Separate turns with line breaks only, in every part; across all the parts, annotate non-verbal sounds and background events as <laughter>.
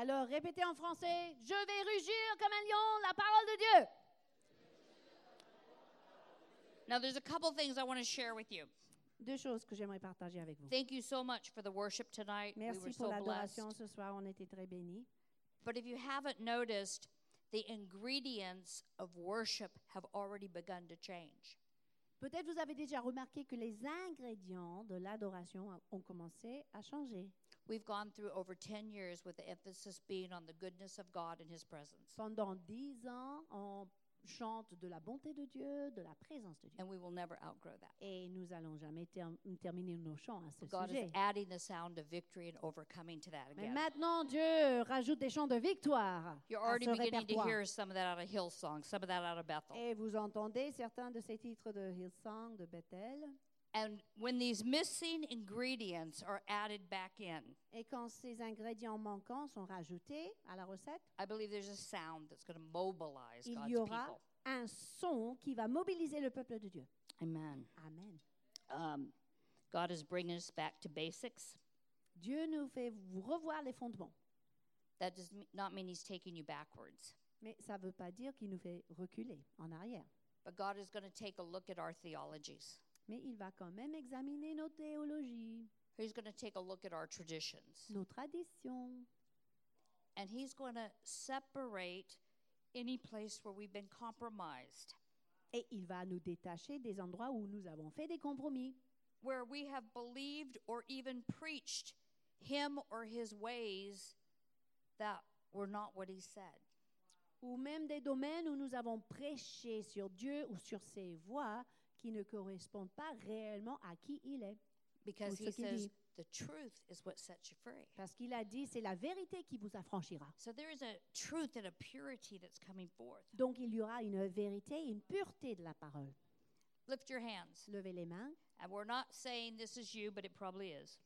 Alors répétez en français, je vais rugir comme un lion la parole de Dieu.
Now, there's a couple things I want to share with you.
Deux choses que j'aimerais partager avec vous.
Thank you so much for the worship tonight. we were
Merci pour
so blessed.
l'adoration ce soir, on était très bénis.
But if you haven't noticed, the ingredients of worship have already begun to change.
Peut-être vous avez déjà remarqué que les ingrédients de l'adoration a- ont commencé à changer.
We've gone through over 10 years with the emphasis being on the goodness of God and His presence.
Pendant dix ans, on chante de la bonté de Dieu, de la présence de Dieu.
And we will never outgrow that.
Et nous allons jamais ter- terminer nos chants à ce
God
sujet.
is adding the sound of victory and overcoming to that
Mais
again.
maintenant, Dieu rajoute des chants de victoire
You're
à
already
ce
beginning to
répertoire.
hear some of that out of Hillsong, some of that out of Bethel.
Et vous entendez certains de ces titres de Hillsong, de Bethel.
And when these missing ingredients are added back in,
Et quand ces ingrédients manquants sont rajoutés à la recette,
I believe there's a sound that's going to mobilize
il
God's
y aura
people.
un son qui va mobiliser le peuple de Dieu.
Amen.
Amen.
Um, God is bringing us back to basics.
Dieu nous fait revoir les fondements,
That does m- not mean He's taking you backwards,
mais ça ne veut pas dire qu'il nous fait reculer en arrière.
but God is going to take a look at our theologies.
Mais il va quand même examiner nos théologies,
He's going to take a look at our traditions.
nos traditions.
And He's going to separate any place where we've been compromised,
Et il va nous détacher des endroits où nous avons fait des compromis,
where we have believed or even preached Him or His ways that were not what He said.
ou même des domaines où nous avons prêché sur Dieu ou sur ses voies qui ne correspondent pas réellement à qui il est.
Because
ce
He
qu'il
says
dit.
the truth is what sets you free.
Parce qu'il a dit, c'est la vérité qui vous affranchira.
So there is a truth and a purity that's coming forth.
Donc il y aura une vérité, et une pureté de la parole.
Lift your hands.
Levez les mains.
And we're not saying this is you, but it probably is.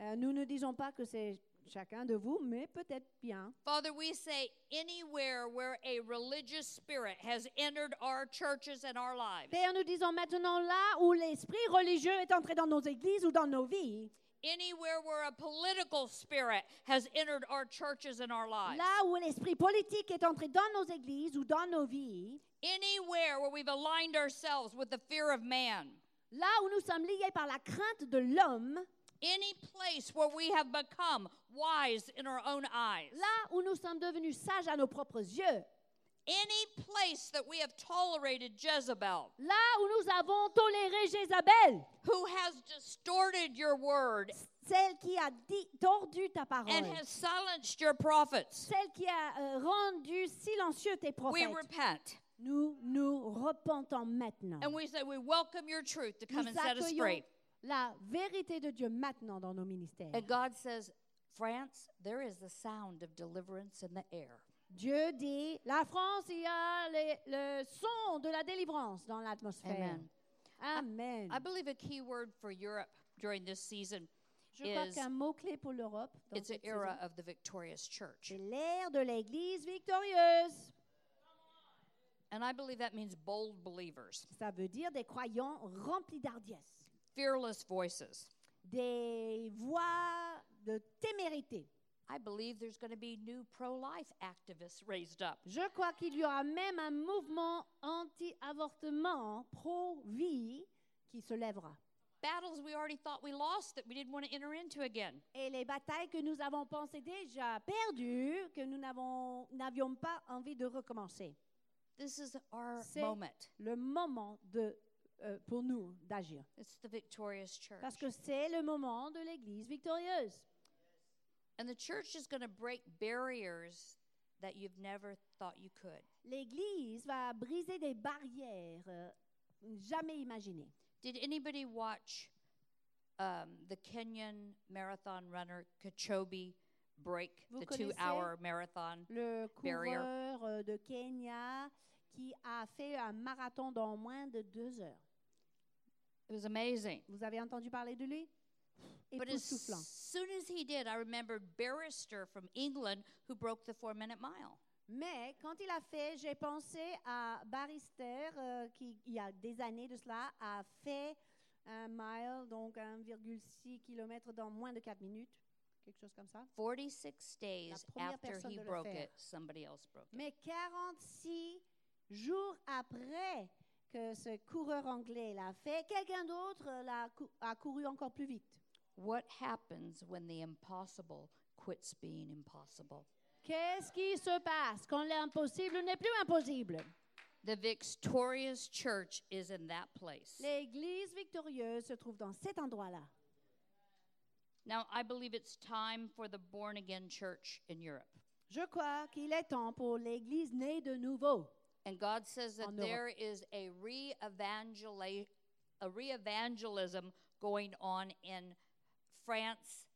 Euh, nous ne disons pas que c'est chacun de vous, mais peut-être bien.
Father, we say anywhere where a religious spirit has entered our churches and our lives,
Père, nous disons maintenant là où l'esprit religieux est entré dans nos églises ou dans nos vies,
anywhere where a political spirit has entered our churches and our lives,
là où l'esprit politique est entré dans nos églises ou dans nos vies,
anywhere where we've aligned ourselves with the fear of man,
là où nous sommes liés par la crainte de l'homme,
any place where we have become wise in our own eyes,
là où nous sommes devenus sages à nos propres yeux,
any place that we have tolerated Jezebel,
là où nous avons toléré Jézabel,
who has distorted your word
celle qui a dit, tordu ta parole,
and has silenced your prophets.
celle qui a euh, rendu silencieux tes
We
prophètes.
repent
Nous nous repentons maintenant.
and we say we welcome your truth to come
Nous
and set us
accueillons
free.
la vérité de Dieu maintenant dans nos ministères.
And God says, France, there is the sound of deliverance in the air.
Dieu dit, la France, il y a les- le son de la délivrance dans l'atmosphère.
Amen.
Amen.
I believe a key word for Europe during this season
Je crois
is-
qu'un mot-clé pour l'Europe, dans
it's an
cette saison,
era of the victorious church.
c'est l'ère de l'Église victorieuse.
And I believe that means bold believers,
Ça veut dire des croyants remplis d'ardiesse,
fearless voices.
des voix de témérité.
I believe there's going to be new pro life activists raised up.
Je crois qu'il y aura même un mouvement anti-avortement, pro-vie, qui se lèvera.
Battles we already thought we lost that we didn't want to enter into again.
Et les batailles que nous avons pensé déjà perdues, que nous n'avons- n'avions pas envie de recommencer.
This is our
C'est-
moment.
Le moment de, euh, pour nous d'agir.
It's the victorious church.
Parce que c'est le moment de l'Église victorieuse.
And the church is going to break barriers that you've never thought you could.
L'Église va briser des barrières euh, jamais imaginées.
Did anybody watch um, the Kenyan marathon runner Kachobi break
Vous
the
connaissez-
two hour marathon?
Le
Barrier.
coureur euh, de Kenya qui a fait un marathon dans moins de deux heures.
It was amazing.
Vous avez entendu parler de lui
But as
Époustouflant.
soon as he did, I remembered Barrister from England who broke the four minute mile.
Mais quand il a fait, j'ai pensé à Barrister, euh, qui, il y a des années de cela, a fait un mile, donc 1,6 km dans moins de 4 minutes. quelque chose comme ça.
46 days
première
after
personne
he
de le
broke
faire.
it, somebody else broke it.
Mais 46 jours après que ce coureur anglais l'a fait, quelqu'un d'autre l'a cou- a couru encore plus vite.
What happens when the impossible quits being impossible?
Qu'est-ce qui se passe quand l'impossible n'est plus impossible?
The victorious church is in that place.
L'Église victorieuse se trouve dans cet endroit-là.
Now, I believe it's time for the born again church in Europe.
Je crois qu'il est temps pour l'Église née de nouveau.
And God says that
En Europe.
there is a re-evangela- a re-evangelism going on in France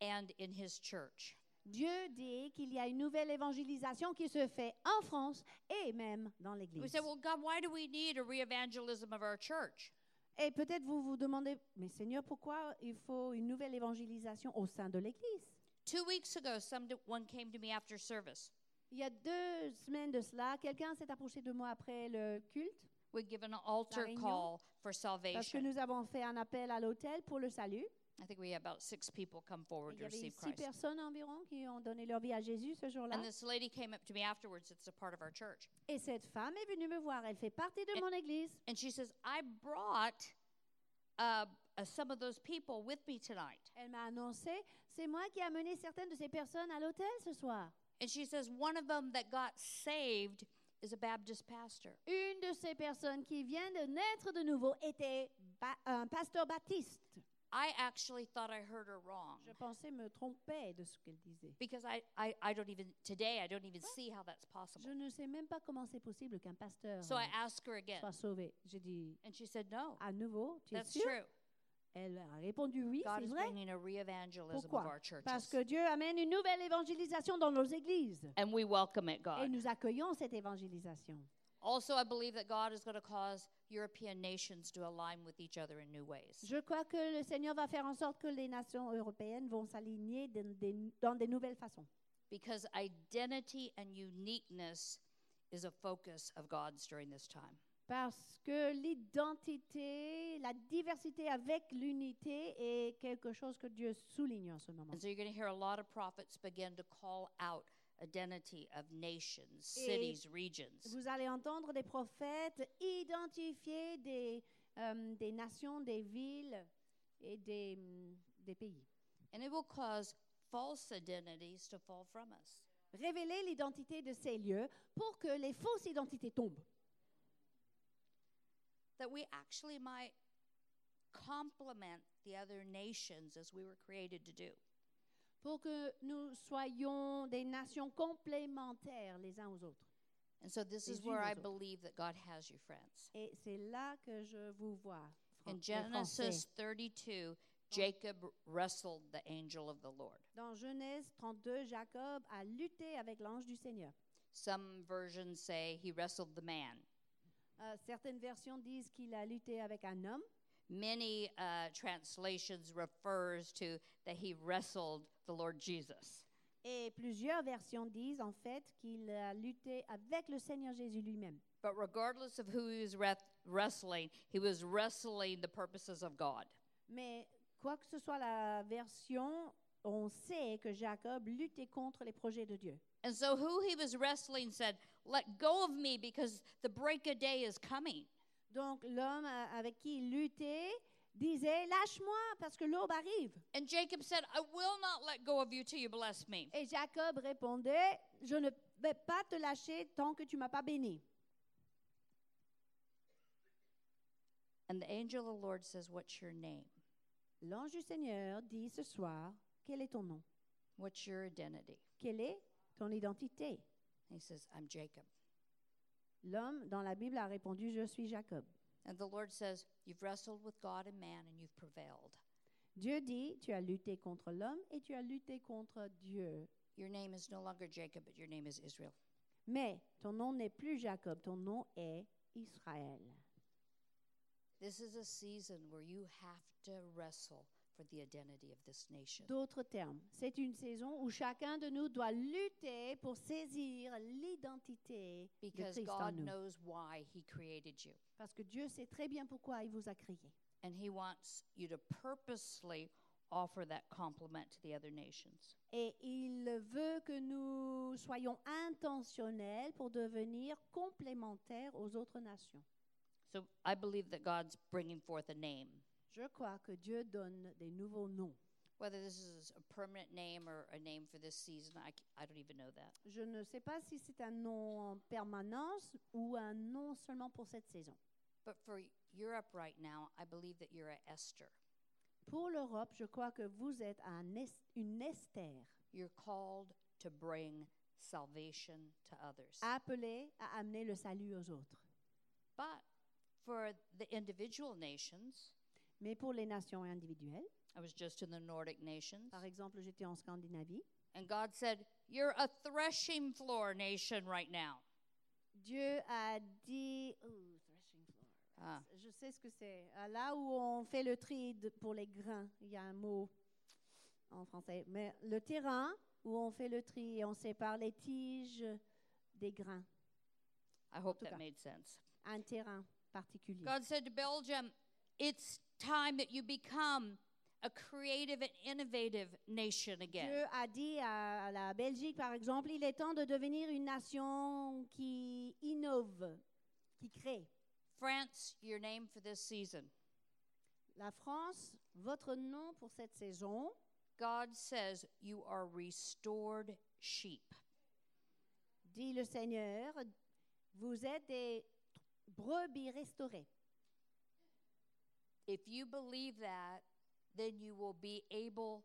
and in his church.
Dieu dit qu'il y a une nouvelle évangélisation qui se fait en France et même dans
We
l'Église.
say, well, God, why do we need a re-evangelism of our church?
Et peut-être vous vous demandez, mais Seigneur, pourquoi il faut une nouvelle évangélisation au sein de l'Église
Two weeks ago, someone came to me after service.
Il y a deux semaines de cela, quelqu'un s'est approché de moi après le culte
We give an altar
réunion?
call for
parce que
salvation.
nous avons fait un appel à l'hôtel pour le salut.
I think we had about six people come
Et
forward
Il y
to
avait
receive
six
Christ.
personnes environ qui ont donné leur vie à Jésus ce jour-là.
And this lady came up to me afterwards. It's a part of our church.
Et cette femme est venue me voir. Elle fait partie de
Et-
mon église.
And she says, I brought uh, uh, some of those people with me tonight.
Elle m'a annoncé, c'est moi qui ai amené certaines de ces personnes à l'hôtel ce soir.
And she says, one of them that got saved is a Baptist pastor.
Une de ces personnes qui vient de naître de nouveau était ba- un pasteur baptiste.
I actually thought I heard her wrong
Je pensais me tromper de ce qu'elle disait.
because I, I, I don't even, today, I don't even see how that's
Je
possible.
ne sais même pas comment c'est possible qu'un pasteur
So I
euh,
asked her again.
soit sauvé. J'ai dit,
And she said, no,
à nouveau, tu es
that's
sûr
true.
Elle a répondu oui,
God
c'est
is
vrai.
bringing a re evangelism of
Pourquoi
our churches.
Parce que Dieu amène une nouvelle évangélisation dans nos églises.
And we welcome it,
Et
God.
nous accueillons cette évangélisation.
Also, I believe that God is going to cause European nations to align with each other in new ways.
Je crois que le Seigneur va faire en sorte que les nations européennes vont s'aligner dans des, dans des nouvelles façons.
because identity and uniqueness is a focus of God's during this time.
Parce que l'identité, la diversité avec l'unité est quelque chose que Dieu souligne en ce moment.
And so you're going to hear a lot of prophets begin to call out identity of nations,
Et-
cities, regions.
Vous allez entendre des prophètes identifier des, euh, des nations, des villes et des, hum, des pays.
And it will cause false identities to fall from us.
Révéler l'identité de ces lieux pour que les fausses identités tombent.
That we actually might complement the other nations as we were created to do.
Pour que nous soyons des nations complémentaires les uns aux autres.
And so this
Les
is where
unes aux
I
autres.
believe that God has you, friends.
Et c'est là que je vous vois. Fran-
In
les Français.
Genesis 32, Jacob wrestled the angel of the Lord.
Dans Genèse 32, Jacob a lutté avec l'ange du Seigneur.
Some versions say he wrestled the man.
Euh, certaines versions disent qu'il a lutté avec un homme.
Many uh, translations refers to that he wrestled the Lord Jesus.
Et plusieurs versions disent en fait qu'il a lutté avec le Seigneur Jésus lui-même.
But regardless of who he was reth- wrestling, he was wrestling the purposes of God.
Mais quoi que ce soit la version, on sait que Jacob luttait contre les projets de Dieu.
And so who he was wrestling said, "Let go of me because the break of day is coming."
Donc l'homme a- avec qui il luttait disait, lâche-moi parce que l'aube arrive.
And Jacob said, "I will not let go of you till you bless me."
Et Jacob répondait, je ne vais pas te lâcher tant que tu m'as pas béni.
And the angel of the Lord says, "What's your name?
L'ange du Seigneur dit ce soir, quel est ton nom
What's your identity?"
Quelle est ton identité
And he says, "I'm Jacob."
L'homme dans la Bible a répondu, je suis Jacob.
And the Lord says, You've wrestled with God and man and you've prevailed.
Dieu dit, tu as lutté contre l'homme et tu as lutté contre Dieu.
Your name is no longer Jacob, but your name is Israel.
Mais ton nom n'est plus Jacob, ton nom est Israël.
This is a season where you have to wrestle for the identity of this nation.
D'autres termes, c'est une saison où chacun de nous doit lutter pour saisir l'identité de
Because
Christ en
God
nous.
knows why He created you.
Parce que Dieu sait très bien pourquoi il vous a créé.
And He wants you to purposely offer that compliment to the other nations.
Et il veut que nous soyons intentionnels pour devenir complémentaires aux autres nations.
So I believe that God's bringing forth a name,
Je crois que Dieu donne des nouveaux noms.
whether this is a permanent name or a name for this season. I, c- I don't even know that.
Je ne sais pas si c'est un nom en permanence ou un nom seulement pour cette saison.
But for Europe right now, I believe that you're a Esther.
Pour l'Europe, je crois que vous êtes un Es- une Esther
You're called to bring salvation to others.
appelée à amener le salut aux autres.
But for the individual nations,
Mais pour les nations individuelles,
I was just in the Nordic nations,
par exemple, j'étais en Scandinavie,
and God said, You're a threshing floor nation right now.
Dieu a dit, Ooh, threshing floor.
Ah.
je sais ce que c'est, Ah, là où on fait le tri de- pour les grains, il y a un mot en français, mais le terrain où on fait le tri et on sépare les tiges des grains,
I hope
Tuka.
that made sense.
un terrain particulier.
God said to Belgium, It's time that you become a creative and innovative nation again.
Dieu a dit à la Belgique, par exemple, il est temps de devenir une nation qui innove, qui crée.
France, your name for this season.
La France, votre nom pour cette saison,
God says you are restored sheep.
dit le Seigneur, vous êtes des brebis restaurées.
If you believe that, then you will be able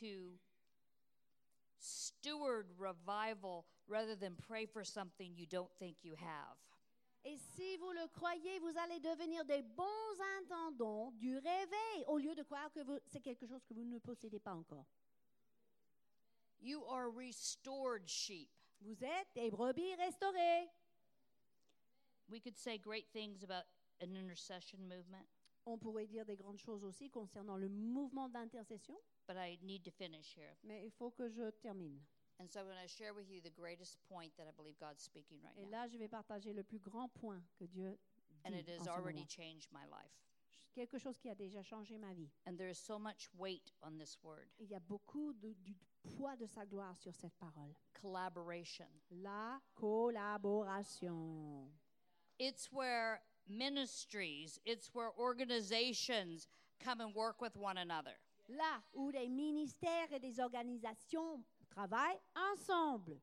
to steward revival rather than pray for something you don't think you have.
Et si vous le croyez, vous allez devenir des bons intendants du réveil, au lieu de croire que vous- c'est quelque chose que vous ne possédez pas encore.
You are restored sheep.
Vous êtes des brebis restaurées.
We could say great things about an intercession movement,
On pourrait dire des grandes choses aussi concernant le mouvement d'intercession.
but I need to finish here.
Mais il faut que je termine.
And so I'm going to share with you the greatest point that I believe God's speaking right
Et
now.
là, je vais partager le plus grand point que Dieu
And
dit
it
en
has
ce
already
moment.
changed my life.
Quelque chose qui a déjà changé ma vie.
And there is so much weight on this word
Il y a beaucoup de- du poids de sa gloire sur cette parole.
collaboration.
La collaboration.
It's where ministries, it's where organizations come and work with one another.
Là où les ministères et des organisations travaillent ensemble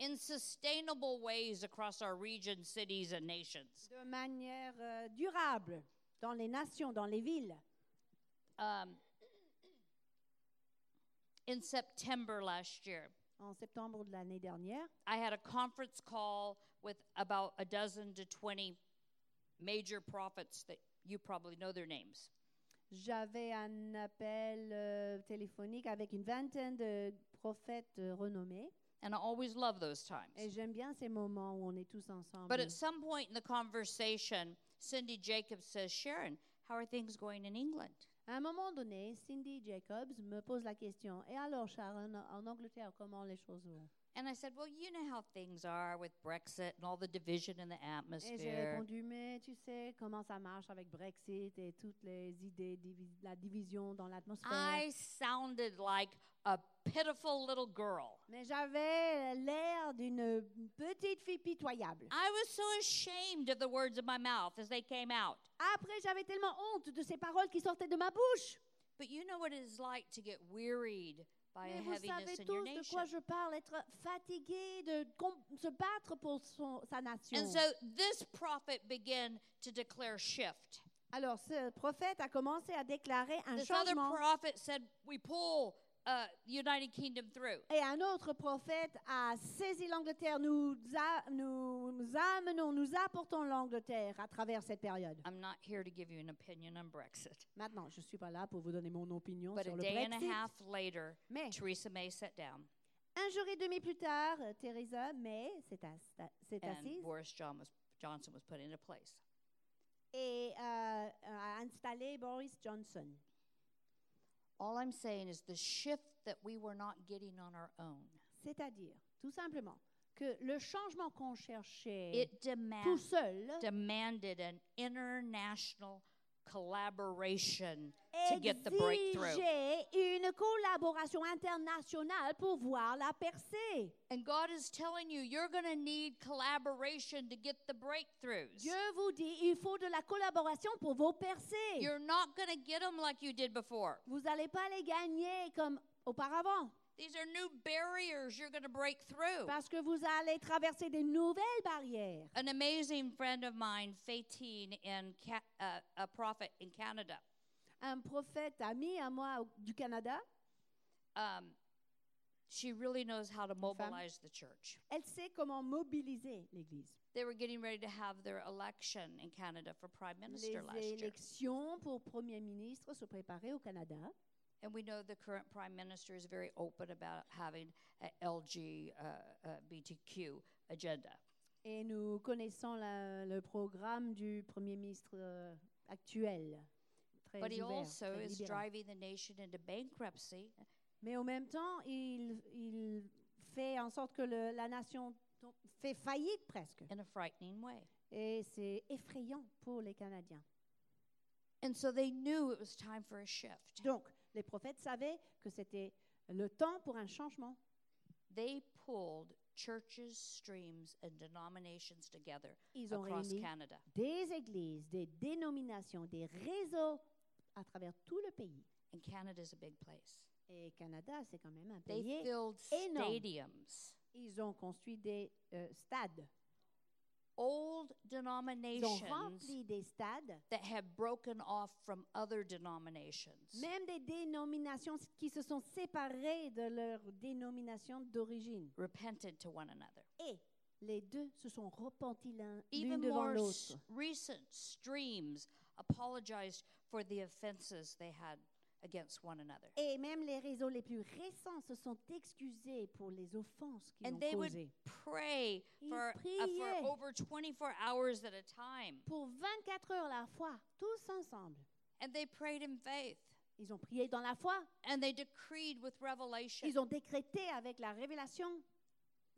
In sustainable ways across our region, cities, and nations.
de manière euh, durable dans les nations, dans les villes.
Um, in September last year,
En septembre de l'année dernière,
I had a conference call with about a dozen to 20 major prophets that you probably know their names.
J'avais un appel euh, téléphonique avec une vingtaine de prophètes euh, renommés.
And I always love those
Et
times.
j'aime bien ces moments où on est tous ensemble.
But at some point in the conversation, Cindy Jacobs says, Sharon, how are things going in England?
À un moment donné, Cindy Jacobs me pose la question Et alors, Sharon, en Angleterre, comment les choses vont
And I said, Well, you know how things are with Brexit and all the division in the
Et j'ai
atmosphere.
répondu Mais tu sais comment ça marche avec Brexit et toutes les idées, divi- la division dans l'atmosphère.
I sounded like a pitiful little girl.
Mais j'avais l'air d'une petite fille pitoyable.
I was so ashamed of the words of my mouth as they came out.
Après, j'avais tellement honte de ces paroles qui sortaient de ma bouche.
But you know what it is like to get wearied by
Mais
a
vous savez
heaviness in
tous
your
de
nation.
quoi je parle, être fatigué de com- se battre pour son- sa nation.
And so this prophet began to declare shift.
Alors, ce prophète a commencé à déclarer un
This other
changement.
prophet said, We pull uh, United Kingdom through.
Et un autre prophète a saisi l'Angleterre. Nous, a- nous amenons, nous apportons l'Angleterre à travers cette période.
I'm not here to give you an opinion on Brexit.
Maintenant, je ne suis pas là pour vous donner mon opinion
But
sur
a
le
day and a
Brexit.
half later,
Mais
Theresa May sat down
un jour et demi plus tard, euh, Theresa May s'est ass- s'est
and
assise
Boris John was, Johnson was put into place.
et euh, a installé Boris Johnson.
All I'm saying is the shift that we were not getting on our own,
C'est-à-dire, tout simplement, que le changement qu'on cherchait
it
tout
demands
seul
demanded an international collaboration to get the breakthrough.
Exiger une collaboration internationale pour voir la percée.
And God is telling you, you're going to need collaboration to get the breakthroughs.
Dieu vous dit, il faut de la collaboration pour vos percées.
You're not going to get them like you did before.
Vous n'allez pas les gagner comme auparavant
These are new barriers you're going to break through.
parce que vous allez traverser des nouvelles barrières.
An amazing friend of mine, Fatine, in Ca- uh, a prophet in Canada,
Un prophète ami à moi au- du Canada,
um, she really knows how to mobilize the church.
elle sait comment mobiliser l'Église.
They were getting ready to have their election in Canada for prime
Les
minister last year.
élections pour Premier ministre se préparaient au Canada.
And we know the current prime minister is very open about having a LG uh, uh, BTQ agenda.
Et nous connaissons la- le programme du Premier ministre euh, actuel. Très
But he
ouvert,
also
très
is
libéral.
driving the nation into bankruptcy
Mais en même temps, il, il fait en sorte que le- la nation to- fait faillite presque.
in a frightening way.
Et c'est effrayant pour les Canadiens.
And so they knew it was time for a shift.
Donc, les prophètes savaient que c'était le temps pour un changement.
They pulled churches, streams, and denominations together
Ils ont
across
réuni
Canada.
des églises, des dénominations, des réseaux à travers tout le pays.
And Canada's a big place.
Et Canada, c'est quand même un
They
pays.
filled
énorme.
stadiums.
Ils ont construit des euh, stades.
Old
Ils ont
denominations
rempli des stades,
that had broken off from other denominations.
même des dénominations qui se sont séparées de leur dénomination d'origine.
repented to one another.
Et les deux se sont repentis l'un l'une
Even
devant
more s-
l'autre.
recent streams apologized for the offenses they had against one another.
Et même les réseaux les plus récents se sont excusés pour les offenses qu'ils ont
And they would
causées.
pray
Ils
for, uh,
priaient.
for over 24 hours at a time.
Pour 24 heures à la fois, tous ensemble,
And they prayed in faith.
ils ont prié dans la foi,
And they decreed with revelation.
ils ont décrété avec la révélation,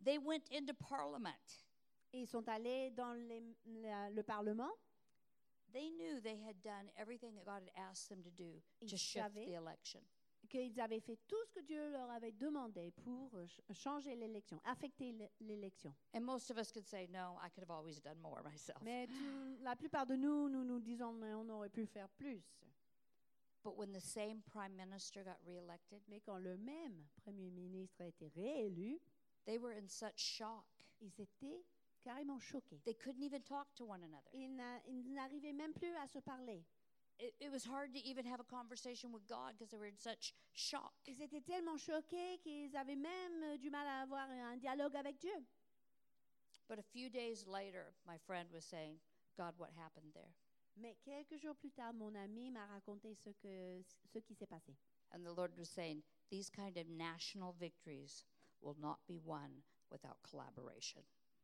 They went into parliament.
et ils sont allés dans les- la- le Parlement.
They knew they had done everything that God had asked them to do to
Ils
shift
savaient.
the election.
qu'ils avaient fait tout ce que Dieu leur avait demandé pour euh, ch- changer l'élection, affecter l'é- l'élection.
And most of us could say, no, I could have always done more <laughs> myself.
Mais tout- la plupart de nous, nous nous disons, mais on aurait pu faire plus.
But when the same prime minister got reelected,
Mais quand le même Premier ministre a été réélu,
They were in such shock.
ils étaient carrément choqués.
They couldn't even talk to one another.
Ils n'a- ils n'arrivaient même plus à se parler.
It, it was hard to even have a conversation with God because they were in such shock.
Ils étaient tellement choqués qu'ils avaient même euh, du mal à avoir un dialogue avec Dieu.
But a few days later, my friend was saying, God, what happened there?
Mais quelques jours plus tard, mon ami m'a raconté ce, que, ce qui s'est passé.
And the Lord was saying, These kind of national victories will not be won without collaboration.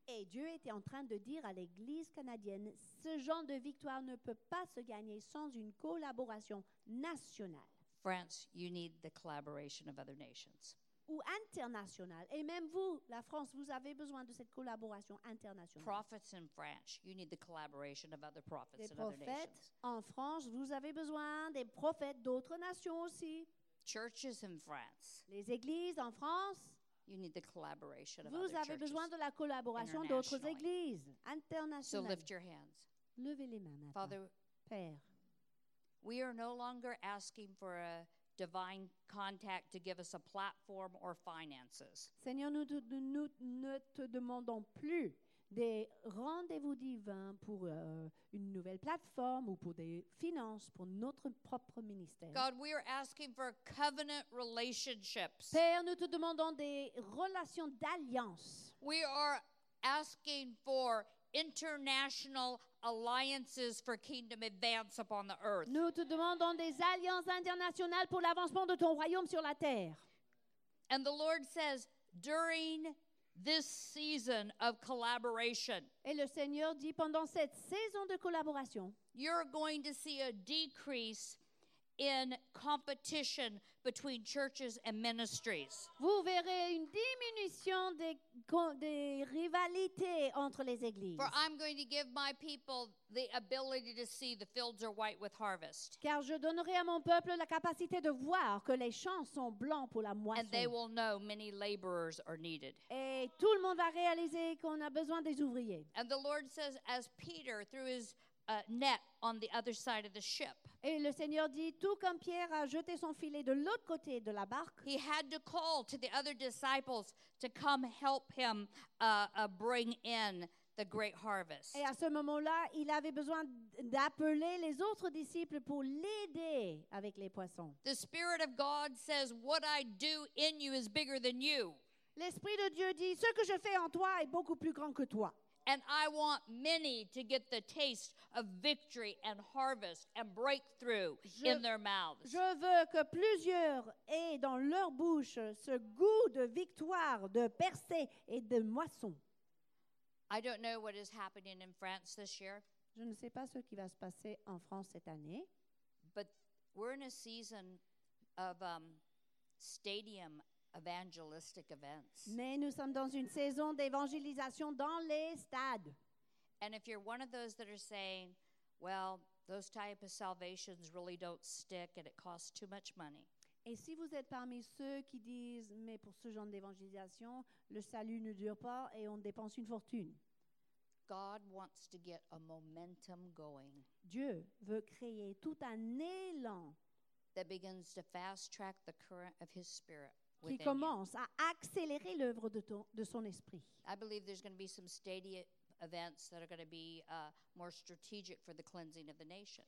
Et Dieu était en train de dire à l'Église canadienne, ce genre de victoire ne peut pas se gagner sans une collaboration nationale
France, you need the collaboration of other nations.
ou internationale. Et même vous, la France, vous avez besoin de cette collaboration internationale.
Prophets in France, you need the collaboration of other
Les
prophets in other nations.
prophètes en France, vous avez besoin des prophètes d'autres nations aussi.
Churches in France,
Les églises en France,
you need the collaboration of
vous
other
avez
churches.
besoin de la collaboration d'autres
Internationally.
églises
So
internationales.
lift your hands.
Levez les mains maintenant.
Father,
Père,
we are no longer asking for a divine contact to give us a platform or finances.
Seigneur, nous, te- nous- nous ne te demandons plus des rendez-vous divins pour euh, une nouvelle plateforme ou pour des finances pour notre propre ministère.
God, we are asking for covenant relationships.
Père, nous te demandons des relations d'alliance.
We are asking for international alliances for kingdom advance upon the earth.
Nous te demandons des alliances internationales pour l'avancement de ton royaume sur la terre.
And the Lord says, during this season of collaboration,
Et le Seigneur dit, pendant cette saison de collaboration,
you're going to see a decrease in competition between churches and ministries.
Vous verrez une diminution des, con- des rivalités entre les églises.
For I'm going to give my people the ability to see the fields are white with harvest,
Car je donnerai à mon peuple la capacité de voir que les champs sont blancs pour la
and they
moisson.
will know many laborers are needed.
Et tout le monde va réaliser qu'on a besoin des ouvriers.
And the Lord says, as Peter threw his uh, net on the other side of the ship,
Et le Seigneur dit, tout comme Pierre a jeté son filet de l'autre côté de la barque,
he had to call to the other disciples to come help him uh, uh, bring in the great harvest.
et à ce moment-là, il avait besoin d'appeler les autres disciples pour l'aider avec les poissons.
The Spirit of God says, What I do in you is bigger than you.
L'Esprit de Dieu dit, ce que je fais en toi est beaucoup plus grand que toi.
And I want many to get the taste of victory and harvest and breakthrough
Je-
in their mouths.
Je veux que plusieurs aient dans leur bouche ce goût de victoire, de percée et de moisson.
I don't know what is happening in France this year,
Je ne sais pas ce qui va se passer en France cette année,
but we're in a season of um, stadium evangelistic events.
mais nous sommes dans une saison d'évangélisation dans les stades.
And if you're one of those that are saying, well, those type of salvations really don't stick and it costs too much money.
Et si vous êtes parmi ceux qui disent, mais pour ce genre d'évangélisation, le salut ne dure pas et on dépense une fortune,
God wants to get a momentum going
Dieu veut créer tout un élan
that begins to fast track the current of his spirit
qui
within you.
commence à accélérer l'œuvre de, ton- de son esprit.
I believe there's going to be some stadia events that are going to be uh, more strategic for the cleansing of the nation.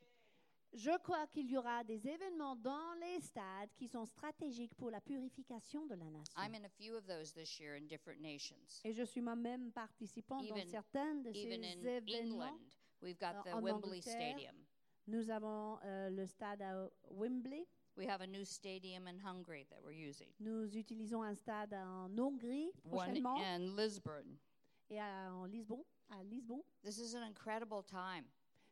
Je crois qu'il y aura des événements dans les stades qui sont stratégiques pour la purification de la nation.
I'm in a few of those this year in different nations.
Et je suis moi-même participant dans
Even-
certains de ces
Even in
événements.
England, we've got
Uh,
the
en
Wembley
Angleterre.
Stadium.
Nous avons euh, le stade à Wembley.
We have a new stadium in Hungary that we're using.
Nous utilisons un stade en Hongrie
One
prochainement
in Lisbon.
et à- en Lisbonne. À Lisbon.
This is an incredible time.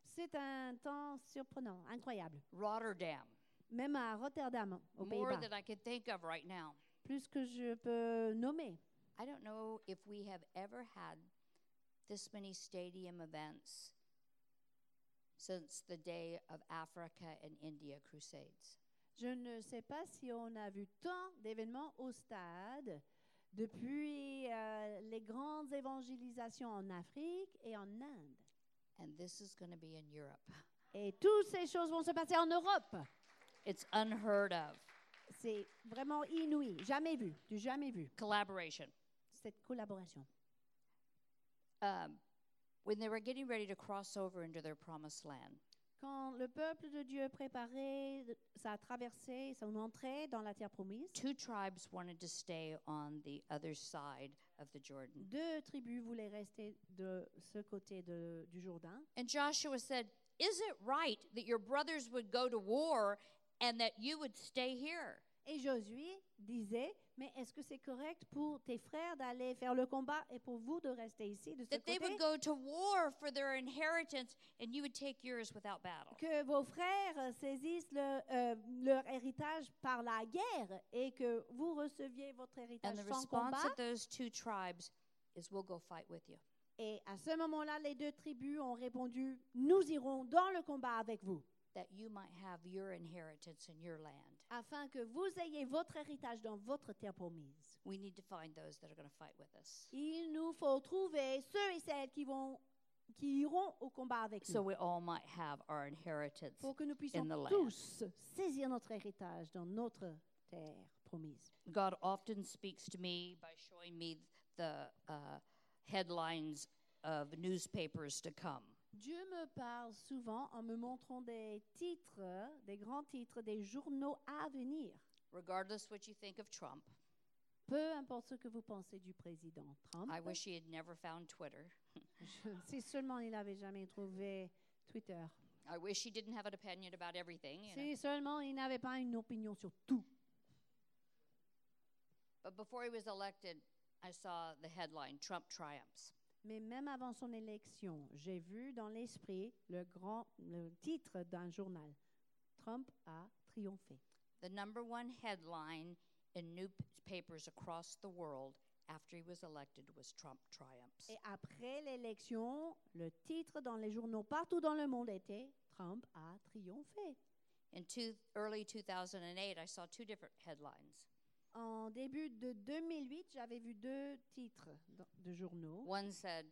C'est un temps surprenant, incroyable.
Rotterdam.
Même à Rotterdam, aux
More
Pays-Bas,
than I can think of right now.
plus que je peux nommer.
I don't know if we have ever had this many stadium events since the day of Africa and India crusades.
Je ne sais pas si on a vu tant d'événements au stade depuis euh, les grandes évangélisations en Afrique et en Inde.
And this is going to be in Europe.
Et toutes ces choses vont se passer en Europe.
It's unheard of.
C'est vraiment inouï, jamais vu, du jamais vu,
Collaboration.
cette collaboration.
Um, when they were getting ready to cross over into their promised land,
Quand le peuple de Dieu préparait sa traversée, son entrée dans la terre promise,
two tribes wanted to stay on the other side of the Jordan.
deux tribus voulaient rester de ce côté de- du Jourdain.
And Joshua said, Is it right that your brothers would go to war and that you would stay here?
Et Josué disait, mais est-ce que c'est correct pour tes frères d'aller faire le combat et pour vous de rester ici de ce
that they
côté
would go to war for their inheritance and you would take yours without battle.
que vos frères euh, saisissent le- euh, leur héritage par la guerre et que vous receviez votre héritage
And the
sans
response
combat.
of those two tribes is we'll go fight with you.
Et à ce moment-là, les deux tribus ont répondu, nous irons dans le combat avec vous,
That you might have your inheritance in your land.
afin que vous ayez votre héritage dans votre terre promise.
We need to find those that are going to fight with us.
Il nous faut trouver ceux et celles qui, vont, qui iront au combat avec
So
nous.
we all might have our inheritance.
pour que nous puissions
the land.
tous saisir notre héritage dans notre terre promise.
God often speaks to me by showing me the uh, headlines of newspapers to come.
Dieu me parle souvent en me montrant des titres, des grands titres des journaux à venir,
Regardless what you think of Trump,
peu importe ce que vous pensez du président Trump.
I wish he had never found Twitter.
Je- <laughs> si seulement il n'avait jamais trouvé Twitter.
I wish he didn't have an opinion about everything. You know.
Si seulement il n'avait pas une opinion sur tout.
But before he was elected, I saw the headline Trump triumphs.
Mais même avant son élection, j'ai vu dans l'esprit le grand le titre d'un journal. Trump a triompher.
The number one headline in newspapers across the world after he was elected was Trump triumphs.
Et après l'élection, le titre dans les journaux partout dans le monde était Trump a triomphé.
In two, early 2008, I saw two different headlines.
En début de 2008, j'avais vu deux titres dans- de journaux.
One said,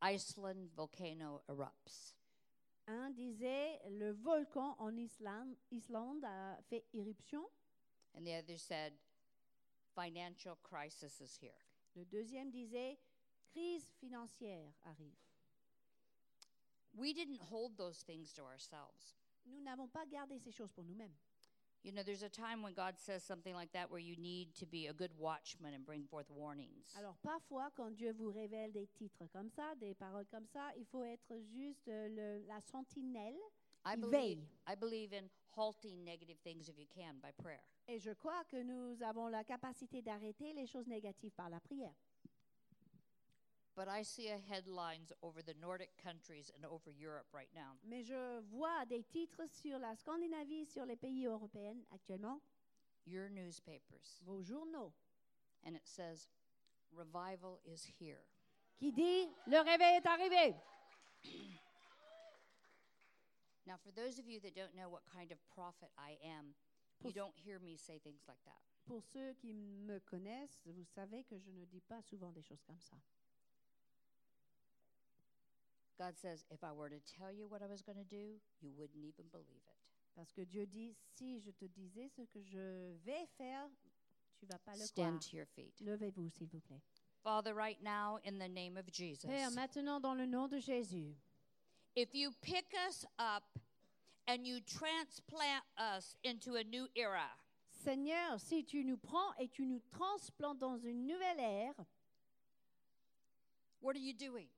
Iceland volcano erupts.
Un disait le volcan en Islande, Islande a fait éruption.
And the other said, financial crisis is here.
Le deuxième disait crise financière arrive.
We didn't hold those things to ourselves.
Nous n'avons pas gardé ces choses pour nous-mêmes.
You know, there's a time when God says something like that where you need to be a good watchman and bring forth warnings.
Alors parfois, quand Dieu vous révèle des titres comme ça, des paroles comme ça, il faut être juste euh, le- la sentinelle.
I
il
believe,
veille.
I believe in halting negative things if you can by prayer.
Et je crois que nous avons la capacité d'arrêter les choses négatives par la prière.
But I see a headlines over the Nordic countries and over Europe right now.
Mais je vois des titres sur la Scandinavie, sur les pays européens actuellement,
Your newspapers.
vos journaux,
And it says, revival is here.
qui dit le réveil est arrivé.
Now, for those of you that don't know what kind of prophet I am, you
Poof.
don't hear me say things like that.
Pour ceux qui me connaissent, vous savez que je ne dis pas souvent des choses comme ça.
God says, if I were to tell you what I was going to do, you wouldn't even believe it.
Parce que Dieu dit, si je te disais ce que je vais faire, tu vas pas le croire.
Stand to your feet.
Levez-vous, s'il vous plaît.
Father, right now, in the name of Jesus,
Père, maintenant dans le nom de Jésus,
if you pick us up and you transplant us into a new era,
Seigneur, si tu nous prends et tu nous transplantes dans une nouvelle ère,
what are you doing?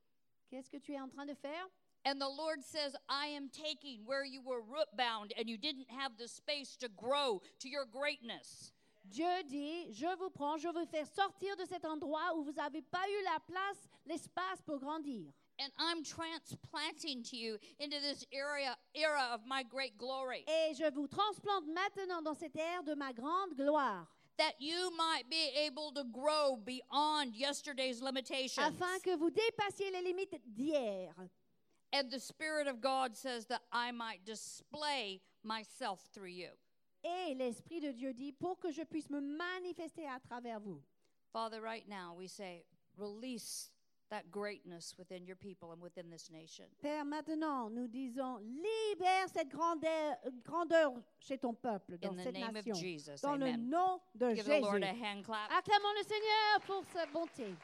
qu'est-ce que tu es en train de faire
And the Lord says, I am taking where you were root bound and you didn't have the space to grow to your greatness.
Dieu dit, je vous prends, je veux faire sortir de cet endroit où vous n'avez pas eu la place, l'espace pour grandir.
And I'm transplanting to you into this area era of my great glory.
Et je vous transplante maintenant dans cette ère de ma grande gloire,
that you might be able to grow beyond yesterday's limitations.
afin que vous dépassiez les limites d'hier.
and the Spirit of God says that I might display myself through you.
Et l'Esprit de Dieu dit, pour que je puisse me manifester à travers vous.
Father, right now we say, release that greatness within your people and within this nation.
Père, maintenant, nous disons, libère cette grandeur, grandeur chez ton peuple, dans
In the
cette
name of
nation,
Jesus,
dans le
amen.
nom de
Give the Lord a
Jésus.
hand clap.
Acclamons le Seigneur pour sa bonté.